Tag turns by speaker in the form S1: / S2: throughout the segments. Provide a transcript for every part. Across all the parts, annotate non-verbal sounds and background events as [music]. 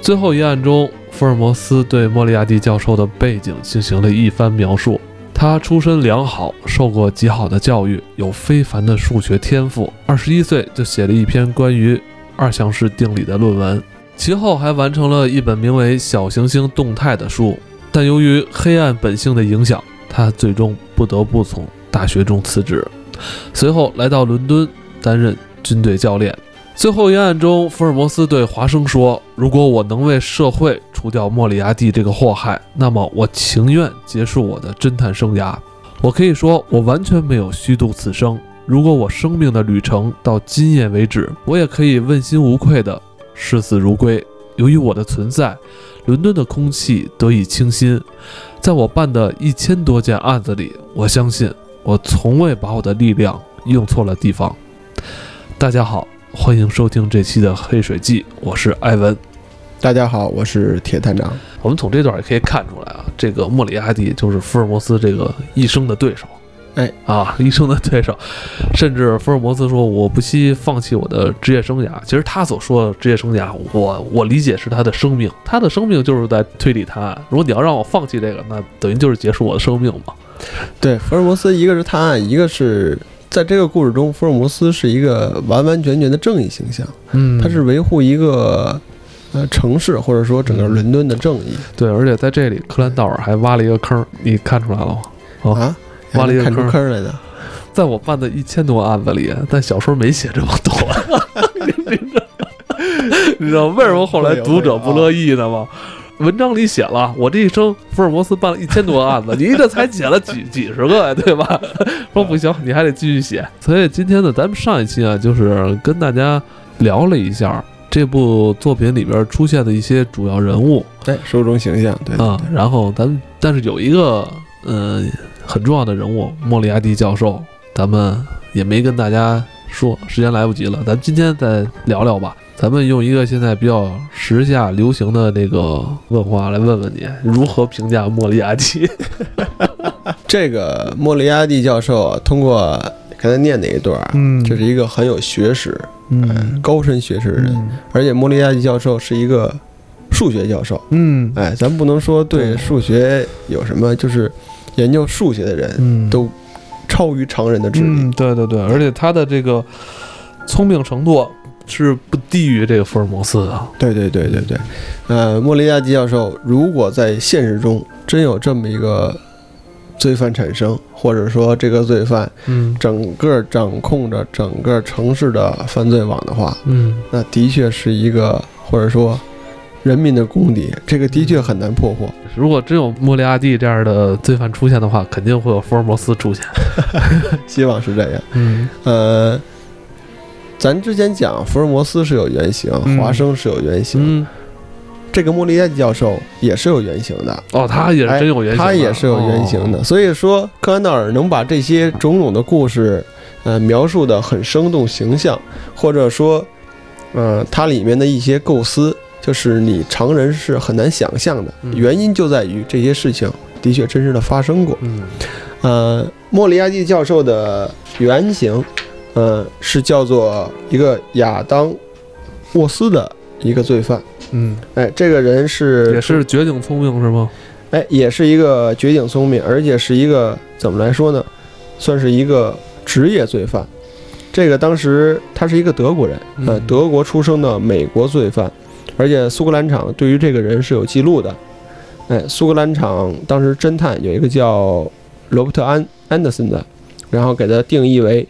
S1: 最后一案中，福尔摩斯对莫里亚蒂教授的背景进行了一番描述。他出身良好，受过极好的教育，有非凡的数学天赋。二十一岁就写了一篇关于二项式定理的论文，其后还完成了一本名为《小行星动态》的书。但由于黑暗本性的影响，他最终不得不从大学中辞职，随后来到伦敦担任军队教练。最后一案中，福尔摩斯对华生说：“如果我能为社会除掉莫里亚蒂这个祸害，那么我情愿结束我的侦探生涯。我可以说，我完全没有虚度此生。如果我生命的旅程到今夜为止，我也可以问心无愧的视死如归。由于我的存在，伦敦的空气得以清新。在我办的一千多件案子里，我相信我从未把我的力量用错了地方。”大家好。欢迎收听这期的《黑水记》，我是艾文。
S2: 大家好，我是铁探长。
S1: 我们从这段也可以看出来啊，这个莫里亚蒂就是福尔摩斯这个一生的对手，
S2: 哎
S1: 啊，一生的对手。甚至福尔摩斯说：“我不惜放弃我的职业生涯。”其实他所说的职业生涯，我我理解是他的生命，他的生命就是在推理探案。如果你要让我放弃这个，那等于就是结束我的生命嘛。
S2: 对，福尔摩斯一个是探案，一个是在这个故事中，福尔摩斯是一个完完全全的正义形象，
S1: 嗯
S2: 他是维护一个呃城市或者说整个伦敦的正义
S1: 对，而且在这里，克兰道尔还挖了一个坑，你看出来了吗？哦
S2: 啊，
S1: 挖了一个
S2: 看出
S1: 坑
S2: 坑来的。
S1: 在我办的一千多案子里，但小说没写这么多。 [laughs] 你知道为什么后来读者不乐意呢吗？文章里写了，我这一生福尔摩斯办了一千多案子，你这才写了几 [laughs] 几十个呀，对吧？ [laughs] 说不行，你还得继续写。所以今天呢，咱们上一期啊，就是跟大家聊了一下这部作品里边出现的一些主要人物
S2: 哎，书中形象，对，
S1: 啊、然后咱们但是有一个呃很重要的人物莫里亚蒂教授，咱们也没跟大家说，时间来不及了，咱们今天再聊聊吧。咱们用一个现在比较时下流行的这个问话来问问你，如何评价莫里亚蒂？ [laughs]
S2: 这个莫里亚蒂教授啊通过刚才念那一段啊，
S1: 嗯
S2: 这是一个很有学识、
S1: 嗯
S2: 高深学识的人，而且莫里亚蒂教授是一个数学教授。
S1: 嗯
S2: 哎，咱不能说对数学有什么，就是研究数学的人
S1: 嗯
S2: 都超于常人的智力。
S1: 嗯，对对对，而且他的这个聪明程度是不低于这个福尔摩斯的。
S2: 对对对对对，呃，莫里亚蒂教授如果在现实中真有这么一个罪犯产生，或者说这个罪犯
S1: 嗯
S2: 整个掌控着整个城市的犯罪网的话，
S1: 嗯，
S2: 那的确是一个或者说人民的公敌，这个的确很难破获。
S1: 如果真有莫里亚蒂这样的罪犯出现的话，肯定会有福尔摩斯出现。
S2: 希望是这样。
S1: 嗯
S2: 呃，咱之前讲福尔摩斯是有原型
S1: 嗯，
S2: 华生是有原型，
S1: 嗯，
S2: 这个莫里亚蒂教授也是有原型的，
S1: 哦，他也是真有原型的、
S2: 哎
S1: 哦
S2: 他也是有原型的。所以说，柯南道尔能把这些种种的故事，呃，描述的很生动形象，或者说，呃，它里面的一些构思，就是你常人是很难想象的。
S1: 嗯
S2: 原因就在于这些事情的确真实的发生过。
S1: 哦。嗯
S2: 呃，莫里亚蒂教授的原型，呃，是叫做一个亚当·沃斯的一个罪犯。
S1: 嗯，
S2: 哎，这个人是
S1: 也是绝顶聪明是吗？
S2: 哎，也是一个绝顶聪明，而且是一个怎么来说呢，算是一个职业罪犯。这个当时他是一个德国人，呃，
S1: 嗯
S2: 德国出生的美国罪犯，而且苏格兰场对于这个人是有记录的。哎，苏格兰场当时侦探有一个叫罗伯特安安德森的，然后给他定义为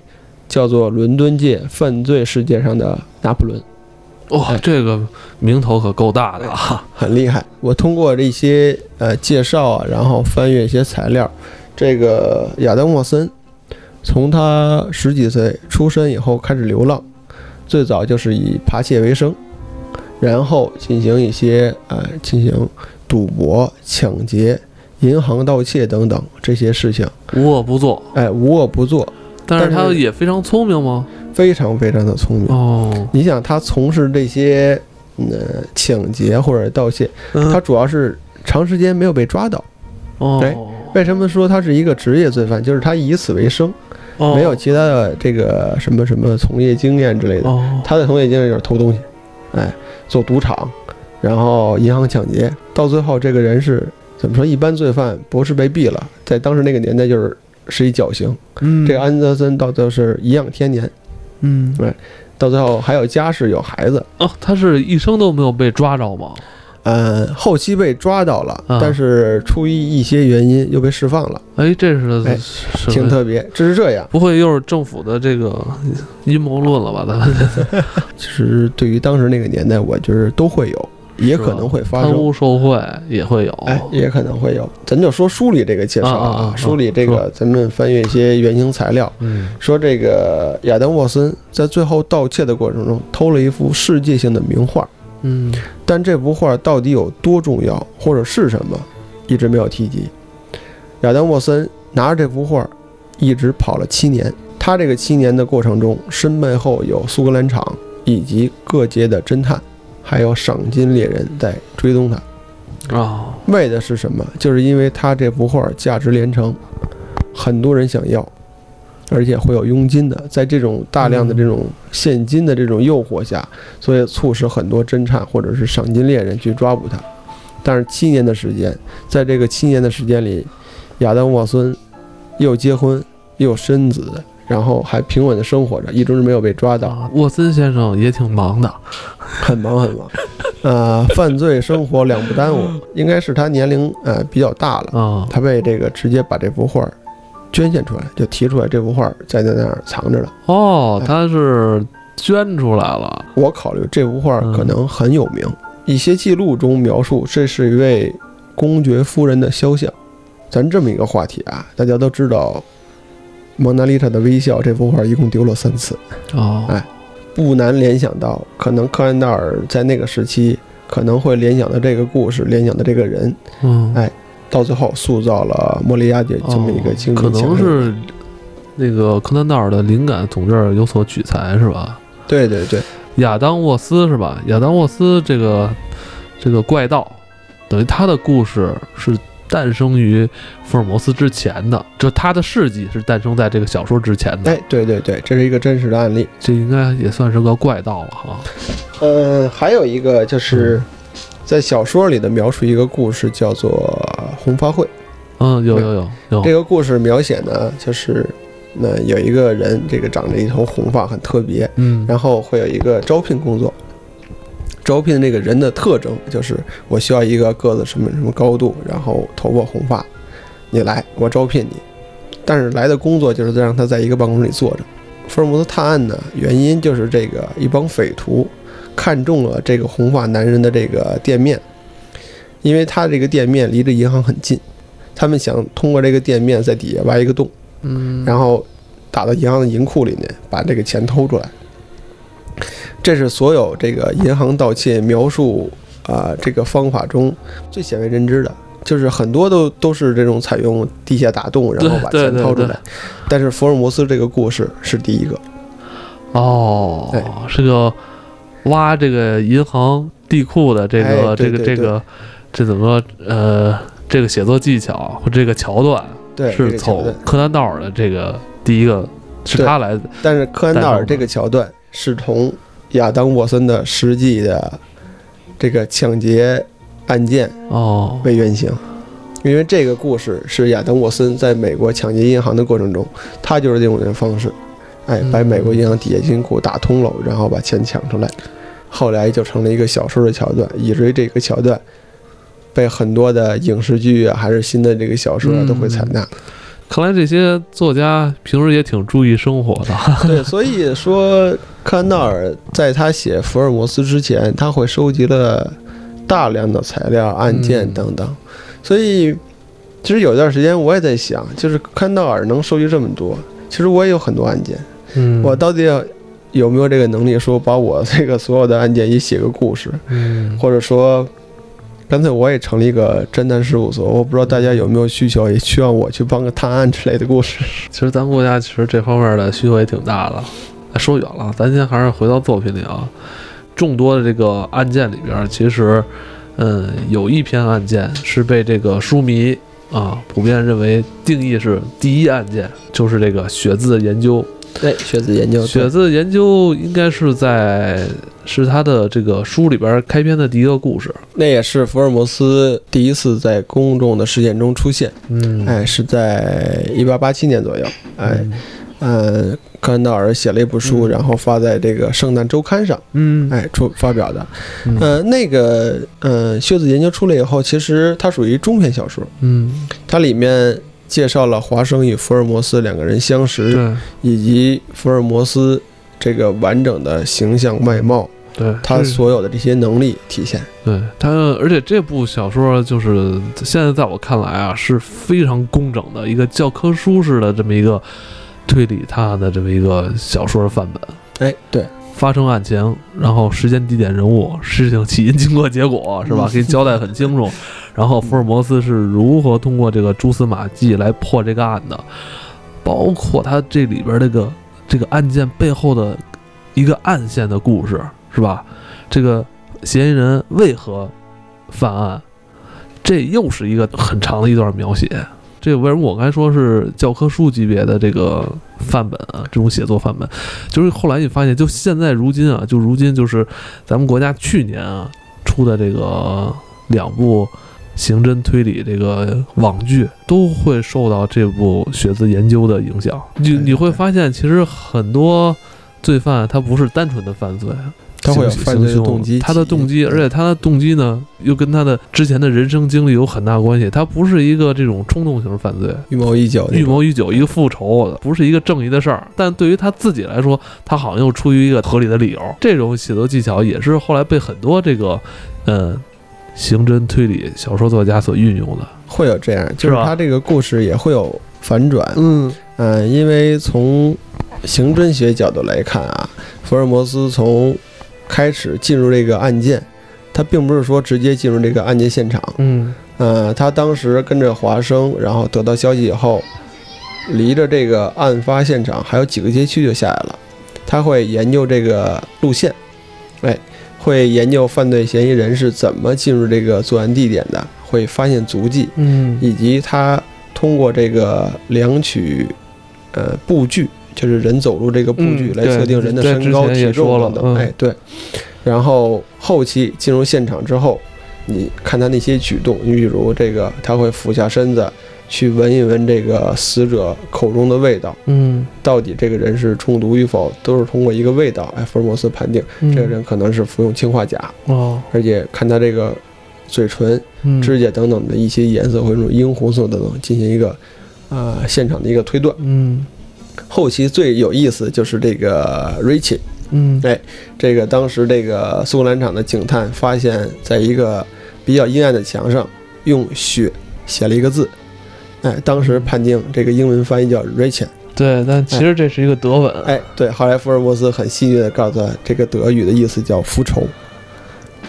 S2: 叫做伦敦界犯罪世界上的拿破仑。
S1: 哇、
S2: 哎
S1: 这个名头可够大的啊！
S2: 很厉害。我通过这些呃介绍啊，然后翻阅一些材料，这个亚当·沃森从他十几岁出生以后开始流浪，最早就是以扒窃为生，然后进行一些呃进行赌博、抢劫、银行盗窃等等这些事情，
S1: [laughs] 无恶不作，
S2: 哎，无恶不作，
S1: 但是
S2: 但
S1: 他
S2: 是
S1: 也非常聪明吗？
S2: 非常非常的聪明。
S1: 哦，
S2: 你想他从事这些嗯呃抢劫或者盗窃，
S1: 嗯
S2: 他主要是长时间没有被抓到。
S1: 哦
S2: 哎为什么说他是一个职业罪犯？就是他以此为生，
S1: 哦
S2: 没有其他的这个什么什么从业经验之类的。
S1: 哦，
S2: 他的从业经验就是偷东西，哎，做赌场，然后银行抢劫，到最后这个人是怎么说？一般罪犯博士被毙了，在当时那个年代就是是一绞刑。
S1: 嗯
S2: 这个安德森到最后是颐养天年，
S1: 嗯
S2: 到最后还有家室有孩子。
S1: 哦，他是一生都没有被抓着吗？
S2: 嗯，后期被抓到了，
S1: 啊
S2: 但是出于一些原因又被释放了，
S1: 哎，这是
S2: 哎
S1: 什
S2: 挺
S1: 么？
S2: 特别。这是这样。
S1: 不会又是政府的这个阴谋论了吧？咱们
S2: 其实对于当时那个年代，我觉得都会有，也
S1: 吧
S2: 可能会发
S1: 贪
S2: 生，
S1: 污受贿也会有。
S2: 哎，也可能会有。咱就说书里这个介绍
S1: 啊啊啊
S2: 书里这个咱们翻阅一些原型材料，
S1: 嗯，
S2: 说这个亚当沃森在最后盗窃的过程中偷了一幅世界性的名画，
S1: 嗯
S2: 但这幅画到底有多重要，或者是什么，一直没有提及。亚当沃森拿着这幅画，一直跑了七年。他这个七年的过程中，身背后有苏格兰场以及各界的侦探，还有赏金猎人在追踪他。
S1: 啊，
S2: 为的是什么？就是因为他这幅画价值连城，很多人想要，而且会有佣金的。在这种大量的这种现金的这种诱惑下，所以促使很多侦探或者是赏金猎人去抓捕他。但是七年的时间，在这个七年的时间里，亚当沃森又结婚又生子，然后还平稳的生活着，一直没有被抓
S1: [laughs]
S2: 到。
S1: 啊沃森先生也挺忙的。
S2: 很忙很忙，呃，犯罪生活两不耽误，应该是他年龄呃比较大了，
S1: 啊，
S2: 他被这个直接把这幅画捐献出来，就提出来这幅画在在那儿藏着了。哎
S1: 哦，他是捐出来了。
S2: 我考虑这幅画可能很有名，一些记录中描述这是一位公爵夫人的肖像。咱这么一个话题啊，大家都知道，《蒙娜丽莎的微笑》这幅画一共丢了三次，哎
S1: 哦，
S2: 不难联想到，可能柯南道尔在那个时期可能会联想到这个故事，联想到这个人，
S1: 嗯，哦
S2: 哎到最后塑造了莫里亚蒂这么一个精明
S1: 可
S2: 强人。
S1: 能是那个柯南道尔的灵感从这儿有所取材是吧？
S2: 对对对，
S1: 亚当沃斯是吧？亚当沃斯这个这个怪盗，等于他的故事是诞生于福尔摩斯之前的，就他的事迹是诞生在这个小说之前的。
S2: 哎对对对，这是一个真实的案例。
S1: 这应该也算是个怪盗了哈。
S2: 嗯，还有一个就是在小说里的描述一个故事，叫做呃红发会。
S1: 嗯，有有有有。
S2: 这个故事描写呢，就是那有一个人，这个长着一头红发，很特别，
S1: 嗯，
S2: 然后会有一个招聘工作。招聘这个人的特征就是我需要一个个子什么什么高度，然后头发红发，你来，我招聘你。但是来的工作就是让他在一个办公室里坐着。福尔摩斯探案呢，原因就是这个一帮匪徒看中了这个红发男人的这个店面，因为他这个店面离着银行很近，他们想通过这个店面在底下挖一个洞。
S1: 嗯，
S2: 然后打到银行的银库里面，把这个钱偷出来。这是所有这个银行盗窃描述啊、这个方法中最鲜为人知的，就是很多都都是这种采用地下打洞，然后把
S1: 对
S2: 钱
S1: 对
S2: 掏出
S1: 对
S2: 来。但是福尔摩斯这个故事是第一个，对
S1: 哦，是个挖这个银行地库的这个、
S2: 哎对
S1: 这个这
S2: 对
S1: 个这怎么说呃这个写作技巧或这个桥段
S2: 对，这
S1: 是
S2: 个桥
S1: 从
S2: 段。
S1: 柯南道尔的这个第一个是
S2: 对
S1: 他来的
S2: 但是柯南道
S1: 带动的
S2: 尔这个桥段是从亚当沃森的实际的这个抢劫案件
S1: 哦
S2: 为原型，因为这个故事是亚当沃森在美国抢劫银行的过程中，他就是这种人方式，哎，
S1: 嗯
S2: 把美国银行底下金库打通了，然后把钱抢出来，后来就成了一个小说的桥段，以至于这个桥段被很多的影视剧啊，还是新的这个小说啊
S1: 嗯
S2: 都会采纳。
S1: 看来这些作家平时也挺注意生活的。
S2: 对，所以说康纳尔在他写福尔摩斯之前，他会收集了大量的材料、案件
S1: 嗯
S2: 等等。所以，其实有段时间我也在想，就是康纳尔能收集这么多，其实我也有很多案件，
S1: 嗯
S2: 我到底要有没有这个能力说把我这个所有的案件也写个故事，
S1: 嗯
S2: 或者说。干脆我也成立一个侦探事务所，我不知道大家有没有需求，也希望我去帮个探案之类的故事。
S1: 其实咱国家其实这方面的需求也挺大的。哎说远了，咱先还是回到作品里啊。众多的这个案件里边儿，其实，嗯，有一篇案件是被这个书迷啊，普遍认为定义是第一案件就是这个血字研究。
S2: 对，血字研究，
S1: 血字研究应该是在是他的这个书里边开篇的第一个故事。
S2: 那也是福尔摩斯第一次在公众的视线中出现。
S1: 嗯，
S2: 哎，是在一八八七年左右。哎，
S1: 嗯，
S2: 嗯，柯南道尔写了一部书，
S1: 嗯
S2: 然后发在这个《圣诞周刊》上，
S1: 嗯，
S2: 哎，出发表的。
S1: 嗯
S2: 呃，那个，呃，血字研究出来以后，其实它属于中篇小说，
S1: 嗯，
S2: 它里面介绍了华生与福尔摩斯两个人相识，
S1: 对
S2: 以及福尔摩斯这个完整的形象外貌，
S1: 对，
S2: 他
S1: 这
S2: 所有的这些能力体现。
S1: 对他，而且这部小说就是现在在我看来啊，是非常工整的一个教科书式的这么一个推理探案的这么一个小说范本。
S2: 哎，对，
S1: 发生案情，然后时间、地点、人物、事情起因、经过、结果，是吧？
S2: 嗯
S1: 给你交代很清楚。然后福尔摩斯是如何通过这个蛛丝马迹来破这个案的，包括他这里边这个这个案件背后的一个暗线的故事，是吧？这个嫌疑人为何犯案，这又是一个很长的一段描写。这为什么我刚才说是教科书级别的这个范本啊？这种写作范本，就是后来你发现，就现在如今啊，就如今就是咱们国家去年啊出的这个两部刑侦推理这个网剧，都会受到这部血字研究的影响。你
S2: 哎
S1: 你会
S2: 对
S1: 发现，其实很多罪犯他不是单纯的犯罪，
S2: 他会有
S1: 行
S2: 犯罪的
S1: 行凶
S2: 动机，
S1: 他的动机，
S2: 嗯
S1: 而且他的动机呢，又跟他的之前的人生经历有很大关系。他不是一个这种冲动型犯罪，
S2: 预谋已久，
S1: 预谋已久，一个复仇，不是一个正义的事儿。但对于他自己来说，他好像又出于一个合理的理由。这种写作技巧也是后来被很多这个，嗯，刑侦推理小说作家所运用的。
S2: 会有这样，就是
S1: 是吧
S2: 他这个故事也会有反转。
S1: 嗯
S2: 嗯，因为从刑侦学角度来看啊，福尔摩斯从开始进入这个案件，他并不是说直接进入这个案件现场。
S1: 嗯
S2: 呃，他当时跟着华生，然后得到消息以后，离着这个案发现场还有几个街区就下来了。他会研究这个路线，哎，会研究犯罪嫌疑人是怎么进入这个作案地点的，会发现足迹，
S1: 嗯
S2: 以及他通过这个量取呃步距，就是人走路这个步距
S1: 嗯
S2: 来测定
S1: 对
S2: 人的
S1: 对
S2: 身
S1: 之
S2: 高、
S1: 前
S2: 体
S1: 也
S2: 重
S1: 说了
S2: 等等。
S1: 嗯
S2: 哎，对。然后后期进入现场之后，你看他那些举动，你比如这个他会俯下身子去闻一闻这个死者口中的味道，
S1: 嗯，
S2: 到底这个人是中毒与否，都是通过一个味道，哎，福尔摩斯判定
S1: 这
S2: 这个人可能是服用氰化钾，
S1: 嗯哦，
S2: 而且看他这个嘴唇
S1: 嗯
S2: 指甲等等的一些颜色，或者说殷红色等等，进行一个呃现场的一个推断。
S1: 嗯
S2: 后期最有意思就是这个 Richie，
S1: 嗯
S2: 这个当时这个苏格兰场的警探发现，在一个比较阴暗的墙上用血写了一个字，哎，当时判定这个英文翻译叫 Richie。
S1: 对，但其实这是一个德文，
S2: 哎，对，后来福尔摩斯很戏谑的告诉他，这个德语的意思叫复仇。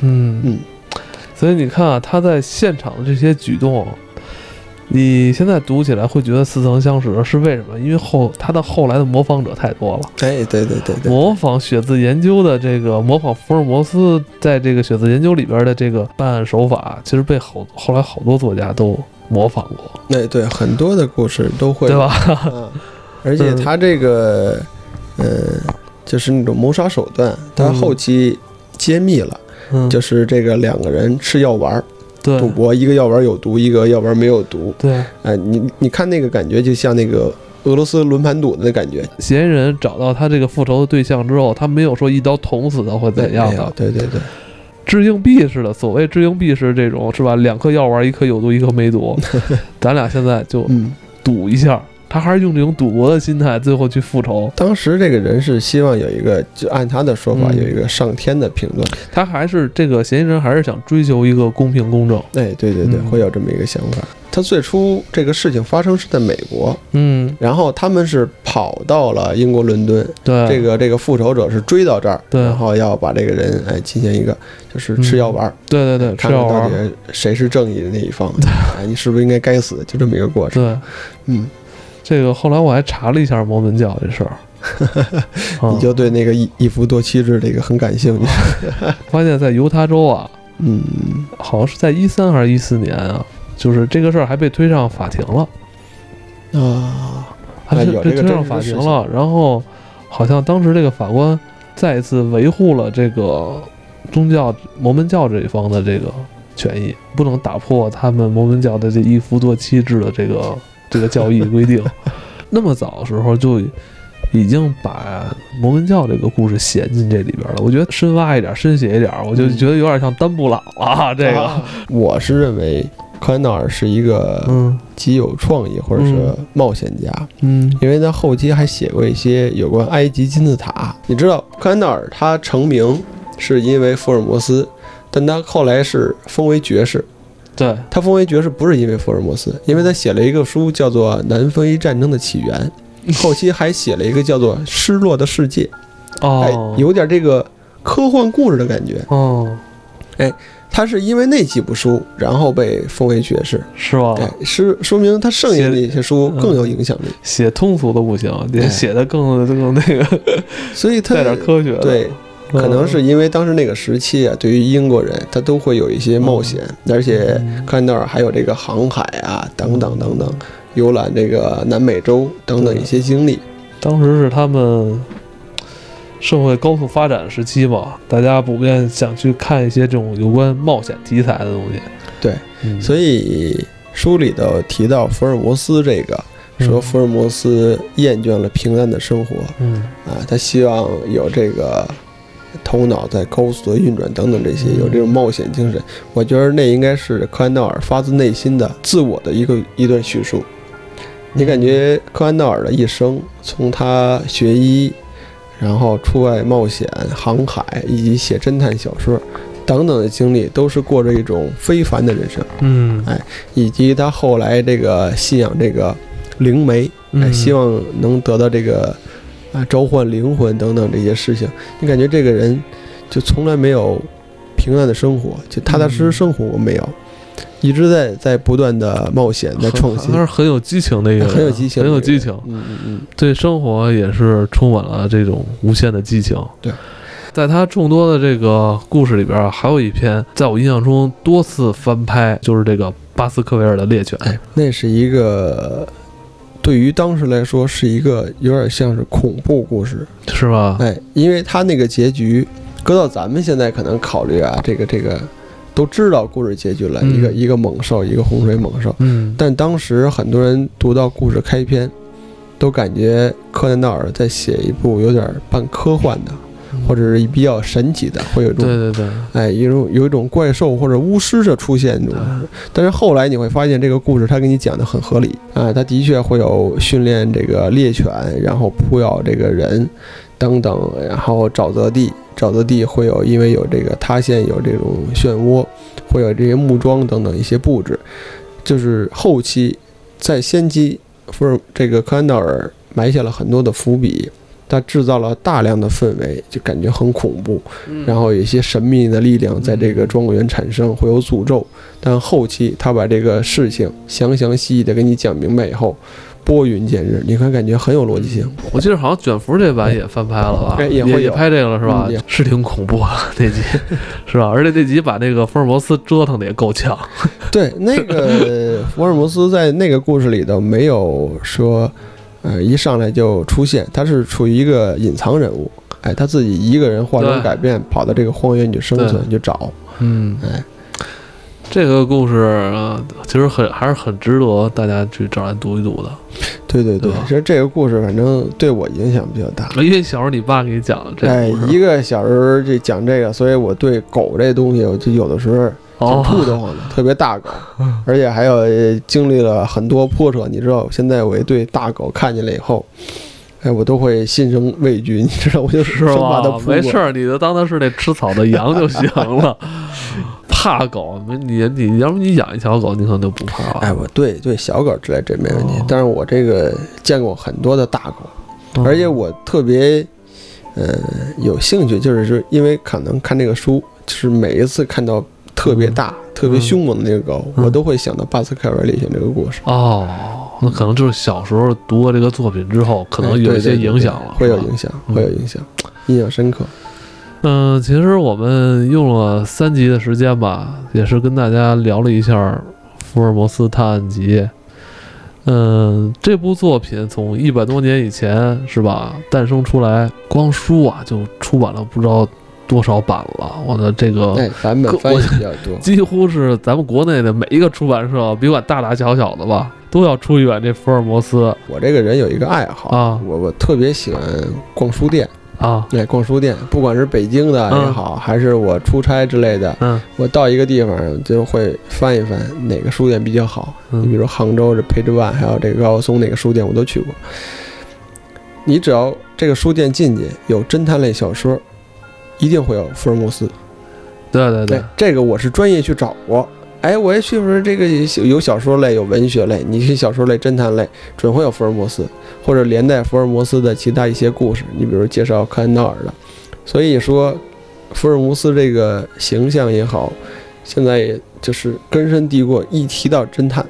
S1: 嗯
S2: 嗯，
S1: 所以你看啊，他在现场的这些举动，你现在读起来会觉得似曾相识，是为什么？因为后他的后来的模仿者太多了，
S2: 哎，对对对对，
S1: 模仿血字研究的这个模仿福尔摩斯在这个血字研究里边的这个办案手法，其实被好后来好多作家都模仿过，
S2: 哎对，很多的故事都会
S1: 对吧？
S2: 啊， [laughs] 而且他这个，呃，就是那种谋杀手段，他
S1: 嗯
S2: 后期揭秘了，
S1: 嗯，
S2: 就是这个两个人吃药丸儿
S1: 对
S2: 赌博，一个药丸有毒，一个药丸没有毒。
S1: 对，
S2: 哎，你你看那个感觉，就像那个俄罗斯轮盘赌的那感觉，
S1: 嫌疑人找到他这个复仇的对象之后，他没有说一刀捅死他或怎样
S2: 没
S1: 的
S2: 有，对对对，
S1: 掷硬币似的，所谓掷硬币是这种是吧？两颗药丸，一颗有毒，一颗没毒。 [laughs] 咱俩现在就
S2: 嗯，
S1: 赌一下，他还是用这种赌博的心态，最后去复仇。
S2: 当时这个人是希望有一个，就按他的说法，
S1: 嗯
S2: 有一个上天的评论。
S1: 他还是这个嫌疑人，还是想追求一个公平公正。
S2: 哎，对对对，
S1: 嗯
S2: 会有这么一个想法。他最初这个事情发生是在美国，
S1: 嗯，
S2: 然后他们是跑到了英国伦敦，
S1: 对，
S2: 这个这个复仇者是追到这儿，
S1: 嗯对
S2: 然后要把这个人哎进行一个就是吃药丸儿，
S1: 对嗯对对，吃
S2: 看
S1: 药
S2: 看到
S1: 丸，
S2: 底谁是正义的那一方， [laughs] 哎，你是不是应该该死，就这么一个过程。
S1: 对。
S2: 嗯，
S1: 这个后来我还查了一下摩门教这事儿， [laughs] 啊
S2: 嗯你就对那个一一夫多妻制这个很感兴趣。
S1: 发现，在犹他州啊，
S2: 嗯，
S1: 好像是在一三还是一四年啊，就是这个事儿还被推上法庭了，
S2: 啊，
S1: 还
S2: 哎
S1: 被
S2: 有
S1: 被
S2: 这个
S1: 推
S2: 真
S1: 上
S2: 实
S1: 法
S2: 的
S1: 庭
S2: 事情
S1: 了。然后好像当时这个法官再一次维护了这个宗教摩门教这一方的这个权益，不能打破他们摩门教的这一夫多妻制的这个这个教义规定。 [laughs] 那么早的时候就已经把摩门教这个故事写进这里边了。我觉得深挖一点，深写一点，我就
S2: 嗯
S1: 觉得有点像丹布朗了、这个。
S2: 啊我是认为柯南道尔是一个
S1: 嗯
S2: 极有创意或者是冒险家，
S1: 嗯
S2: 因为他后期还写过一些有关埃及金字塔。你知道，柯南道尔他成名是因为福尔摩斯，但他后来是封为爵士。
S1: 对，
S2: 他封为爵士不是因为福尔摩斯，因为他写了一个书叫做《南非战争的起
S1: [laughs]
S2: 源》，后期还写了一个叫做《失落的世界》，哎
S1: 哦，，
S2: 有点这个科幻故事的感觉。
S1: 哦，
S2: 他是因为那几部书，然后被封为爵士，
S1: 是吧？
S2: 哎，是说明他剩下的那些书更有影响力，
S1: 写通俗的不行，得
S2: 对
S1: 写的更更那个，
S2: 所哎以他
S1: 带点科学的。
S2: 对，
S1: 嗯，
S2: 可能是因为当时那个时期啊，对于英国人，他都会有一些冒险，而且
S1: 嗯
S2: 看那儿还有这个航海啊，等等等等，游览这个南美洲等等一些经历。
S1: 当时是他们社会高速发展时期嘛，大家普遍想去看一些这种有关冒险题材的东西。
S2: 对
S1: 嗯，
S2: 所以书里头提到福尔摩斯这个，说福尔摩斯厌倦了平淡的生活
S1: 嗯，
S2: 啊，他希望有这个头脑在高速的运转等等这些，有这种冒险精神。我觉得那应该是柯南道尔发自内心的自我的一个一段叙述。你感觉柯南道尔的一生，从他学医，然后出外冒险、航海，以及写侦探小说等等的经历，都是过着一种非凡的人生，
S1: 嗯，
S2: 哎以及他后来这个信仰这个灵媒，哎，
S1: 嗯
S2: 希望能得到这个啊召唤灵魂等等这些事情。你感觉这个人就从来没有平安的生活，就踏踏实实生活过没有，一直在在不断的冒险，在
S1: 很
S2: 创新
S1: 还。是很有激情的一个人，
S2: 很有激情
S1: 很有
S2: 的一个
S1: 激
S2: 人
S1: 情。
S2: 嗯嗯嗯，
S1: 对生活也是充满了这种无限的激情。
S2: 对，
S1: 在他众多的这个故事里边儿，还有一篇在我印象中多次翻拍，就是这个巴斯克维尔的《猎犬》。
S2: 哎，那是一个对于当时来说是一个有点像是恐怖故事，
S1: 是吧？
S2: 哎，因为他那个结局，搁到咱们现在可能考虑啊，这个这个都知道故事结局了，
S1: 嗯
S2: 一个一个猛兽，一个洪水猛兽，
S1: 嗯，
S2: 但当时很多人读到故事开篇，都感觉柯南道尔在写一部有点半科幻的，或者是比较神奇的，会有一种
S1: 对对对，
S2: 哎，有一种有一种怪兽或者巫师的出现这种
S1: 对，
S2: 但是后来你会发现这个故事他给你讲的很合理啊，他的确会有训练这个猎犬，然后扑咬这个人等等，然后沼泽地，沼泽地会有因为有这个塌陷有这种漩涡，会有这些木桩等等一些布置，就是后期在先期福尔这个柯南道尔埋下了很多的伏笔。他制造了大量的氛围，就感觉很恐怖。
S1: 嗯
S2: 然后有一些神秘的力量在这个庄园产生，会有诅咒。但后期他把这个事情详详细细的给你讲明白以后，拨云见日，你看感觉很有逻辑性。
S1: 我记得好像卷福这版也翻拍了吧？
S2: 哎
S1: 也
S2: 也会有
S1: 拍这个了是吧
S2: 嗯也？
S1: 是挺恐怖的 [laughs] 那集，是吧？而且那集把那个福尔摩斯折腾的也够呛。
S2: 对，那个福尔摩斯在那个故事里头没有说，呃，一上来就出现，他是处于一个隐藏人物。哎，他自己一个人化
S1: 对
S2: 妆改变，跑到这个荒原去生存，去找。
S1: 嗯，
S2: 哎，
S1: 这个故事呃其实很还是很值得大家去找来读一读的。
S2: 对对
S1: 对
S2: 对
S1: 吧，
S2: 其实这个故事反正对我影响比较大。
S1: 因为小时候你爸给你讲的这
S2: 哎
S1: 个故，
S2: 一
S1: 事，
S2: 个小时候就讲这个，所以我对狗这东西，我就有的时候挺
S1: 哦，
S2: 怵
S1: [laughs]
S2: 得慌的，特别大狗，而且还有呃经历了很多波折。你知道，现在我一对大狗看见了以后，哎，我都会心生畏惧，你 [laughs] 知道，我就是生怕它
S1: 吧
S2: 扑？
S1: 没
S2: 过来
S1: 事儿，你就当它是那吃草的羊就行
S2: [laughs]
S1: 了。怕狗，没你你要不你养一条狗，你可能就不怕了。
S2: 哎，我对对小狗之类这没问题
S1: 哦，
S2: 但是我这个见过很多的大狗，
S1: 嗯
S2: 而且我特别，呃，有兴趣，就是说，因为可能看这个书，就是每一次看到特别大、特别凶猛的那个狗，
S1: 嗯
S2: 我都会想到巴斯凯尔里险这个故事，
S1: 哦，那可能就是小时候读过这个作品之后，可能
S2: 哎
S1: 有
S2: 对
S1: 一些
S2: 对对
S1: 影响了，
S2: 会有
S1: 是吧
S2: 影响，
S1: 嗯
S2: 会有影响，印象深刻。
S1: 嗯，其实我们用了三集的时间吧，也是跟大家聊了一下福尔摩斯探案集》。嗯，这部作品从一百多年以前是吧诞生出来，光书啊就出版了不知道多少版了。我的这
S2: 嗯
S1: 个
S3: 哎，版本翻译比较多。
S1: 几乎是咱们国内的每一个出版社，别管大大小小的吧，都要出一版这福尔摩斯
S2: 我这个人有一个爱好
S1: 啊
S2: 我我特别喜欢逛书店，
S1: 啊。
S2: 哎，逛书店，不管是北京的也好，还是我出差之类的，
S1: 嗯
S2: 我到一个地方就会翻一翻哪个书店比较好。你比
S1: 嗯
S2: 如杭州这 Page One，还有这个高晓松那个书店，我都去过。你只要这个书店进去有侦探类小说，一定会有福尔摩斯。
S1: 对对对
S2: 哎，这个我是专业去找过。哎，我也去不是这个有小说类，有文学类，你是小说类、侦探类，准会有福尔摩斯，或者连带福尔摩斯的其他一些故事。你比如介绍柯南道尔的，所以说福尔摩斯这个形象也好，现在也就是根深蒂固。一提到侦探，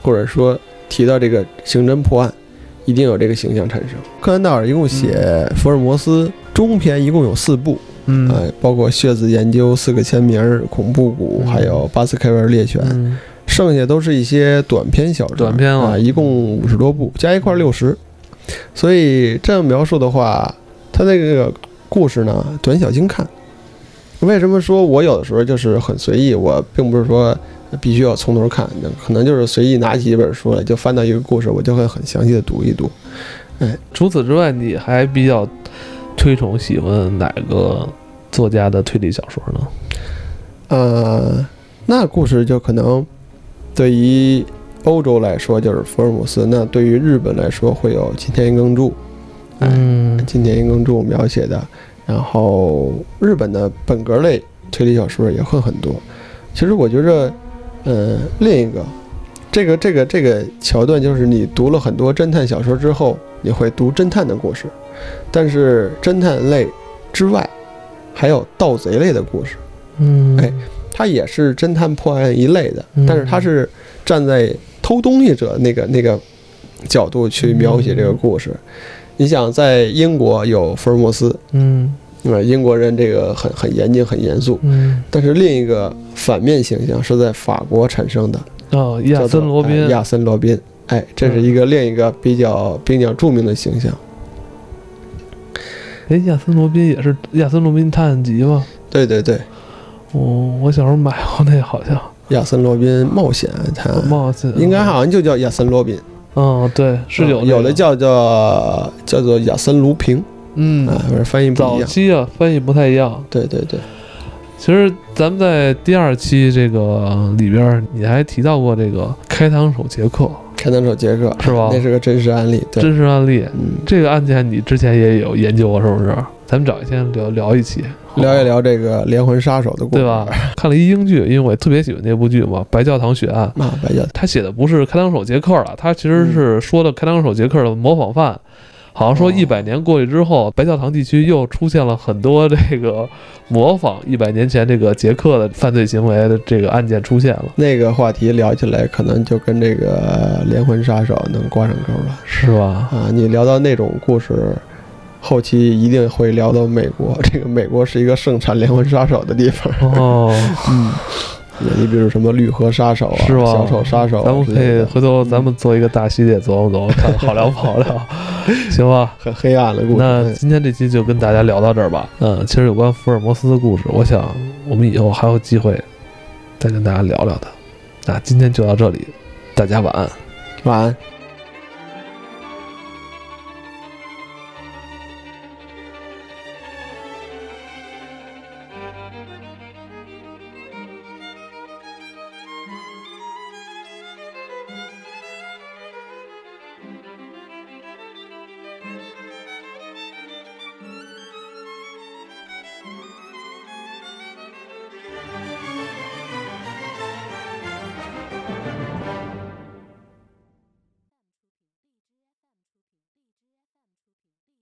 S2: 或者说提到这个刑侦破案，一定有这个形象产生。柯南道尔一共写福尔摩斯中篇一共有四部，
S1: 嗯
S2: 呃，包括血字研究、四个签名儿、恐怖谷，还有巴斯凯维尔猎犬，
S1: 嗯
S2: 剩下都是一些短篇小说，
S1: 短篇嗯了
S2: 啊、一共五十多部，加一块六十。所以这样描述的话，它那个故事呢短小精看。为什么说我有的时候就是很随意？我并不是说必须要从头看，那可能就是随意拿起一本书来，就翻到一个故事，我就会很详细的读一读。
S1: 除此之外，你还比较推崇喜欢哪个作家的推理小说呢？
S2: 呃，那故事就可能对于欧洲来说就是福尔摩斯，那对于日本来说会有金田一耕助，哎
S1: 嗯
S2: 金田一耕助描写的，然后日本的本格类推理小说也会很多。其实我觉着，呃，另一个，这个这个这个桥段就是你读了很多侦探小说之后，你会读侦探的故事，但是侦探类之外，还有盗贼类的故事。
S1: 嗯
S2: 哎它也是侦探破案一类的
S1: 嗯，
S2: 但是它是站在偷东西者那个那个角度去描写这个故事。你想，在英国有福尔摩斯，
S1: 嗯
S2: 啊，英国人这个很很严谨、很严肃。
S1: 嗯
S2: 但是另一个反面形象是在法国产生的，
S1: 哦，亚
S2: 叫做
S1: 森罗
S2: 哎
S1: 宾，
S2: 亚森罗宾，哎，这是一个另一个比较比较著名的形象。
S1: 哎，亚森罗宾也是《亚森罗宾探案集》吗？
S2: 对对对，
S1: 我、我小时候买过那，好像
S2: 亚森罗宾冒险探案，
S1: 冒险
S2: 呃应该好像就叫亚森罗宾，啊
S1: 嗯，对，是有、
S2: 有的叫做叫做亚森卢平。
S1: 嗯，
S2: 啊，反正翻译不一
S1: 早
S2: 样。
S1: 期啊翻译不太一样。
S2: 对对对，
S1: 其实咱们在第二期这个里边儿，你还提到过这个开膛手杰克
S2: 开膛手杰克
S1: 是吧
S2: 那是个真实案例。对，
S1: 真实案例，
S2: 嗯，
S1: 这个案件你之前也有研究过，是不是？咱们找一天聊聊一期，好吧
S2: 聊一，聊这个连环杀手的故事，
S1: 对吧？？看了一英剧，因为我特别喜欢那部剧嘛，《白教堂血案》。
S2: 啊，白教
S1: 他写的不是开膛手杰克了，他其实是说的开膛手杰克的模仿犯。好像说
S2: 哦
S1: 一百年过去之后，白教堂地区又出现了很多这个模仿一百年前这个杰克的犯罪行为的这个案件出现了，
S2: 那个话题聊起来，可能就跟这个连环杀手能挂上钩了
S1: 是吧？
S2: 啊！你聊到那种故事。后期一定会聊到美国，这个美国是一个盛产连环杀手的地方。 [laughs]
S1: 哦，
S2: 你比如什么绿河杀手啊、
S1: 是吧
S2: 小丑杀手、啊，
S1: 咱们可以回头咱们做一个大系列，琢磨琢磨，看好聊不好
S2: [laughs]
S1: 聊，行吧？
S2: 很黑暗的故事。嗯
S1: 那今天这期就跟大家聊到这儿吧。嗯，其实有关福尔摩斯的故事，我想我们以后还有机会再跟大家聊聊的。那今天就到这里，大家晚安。
S2: 晚安。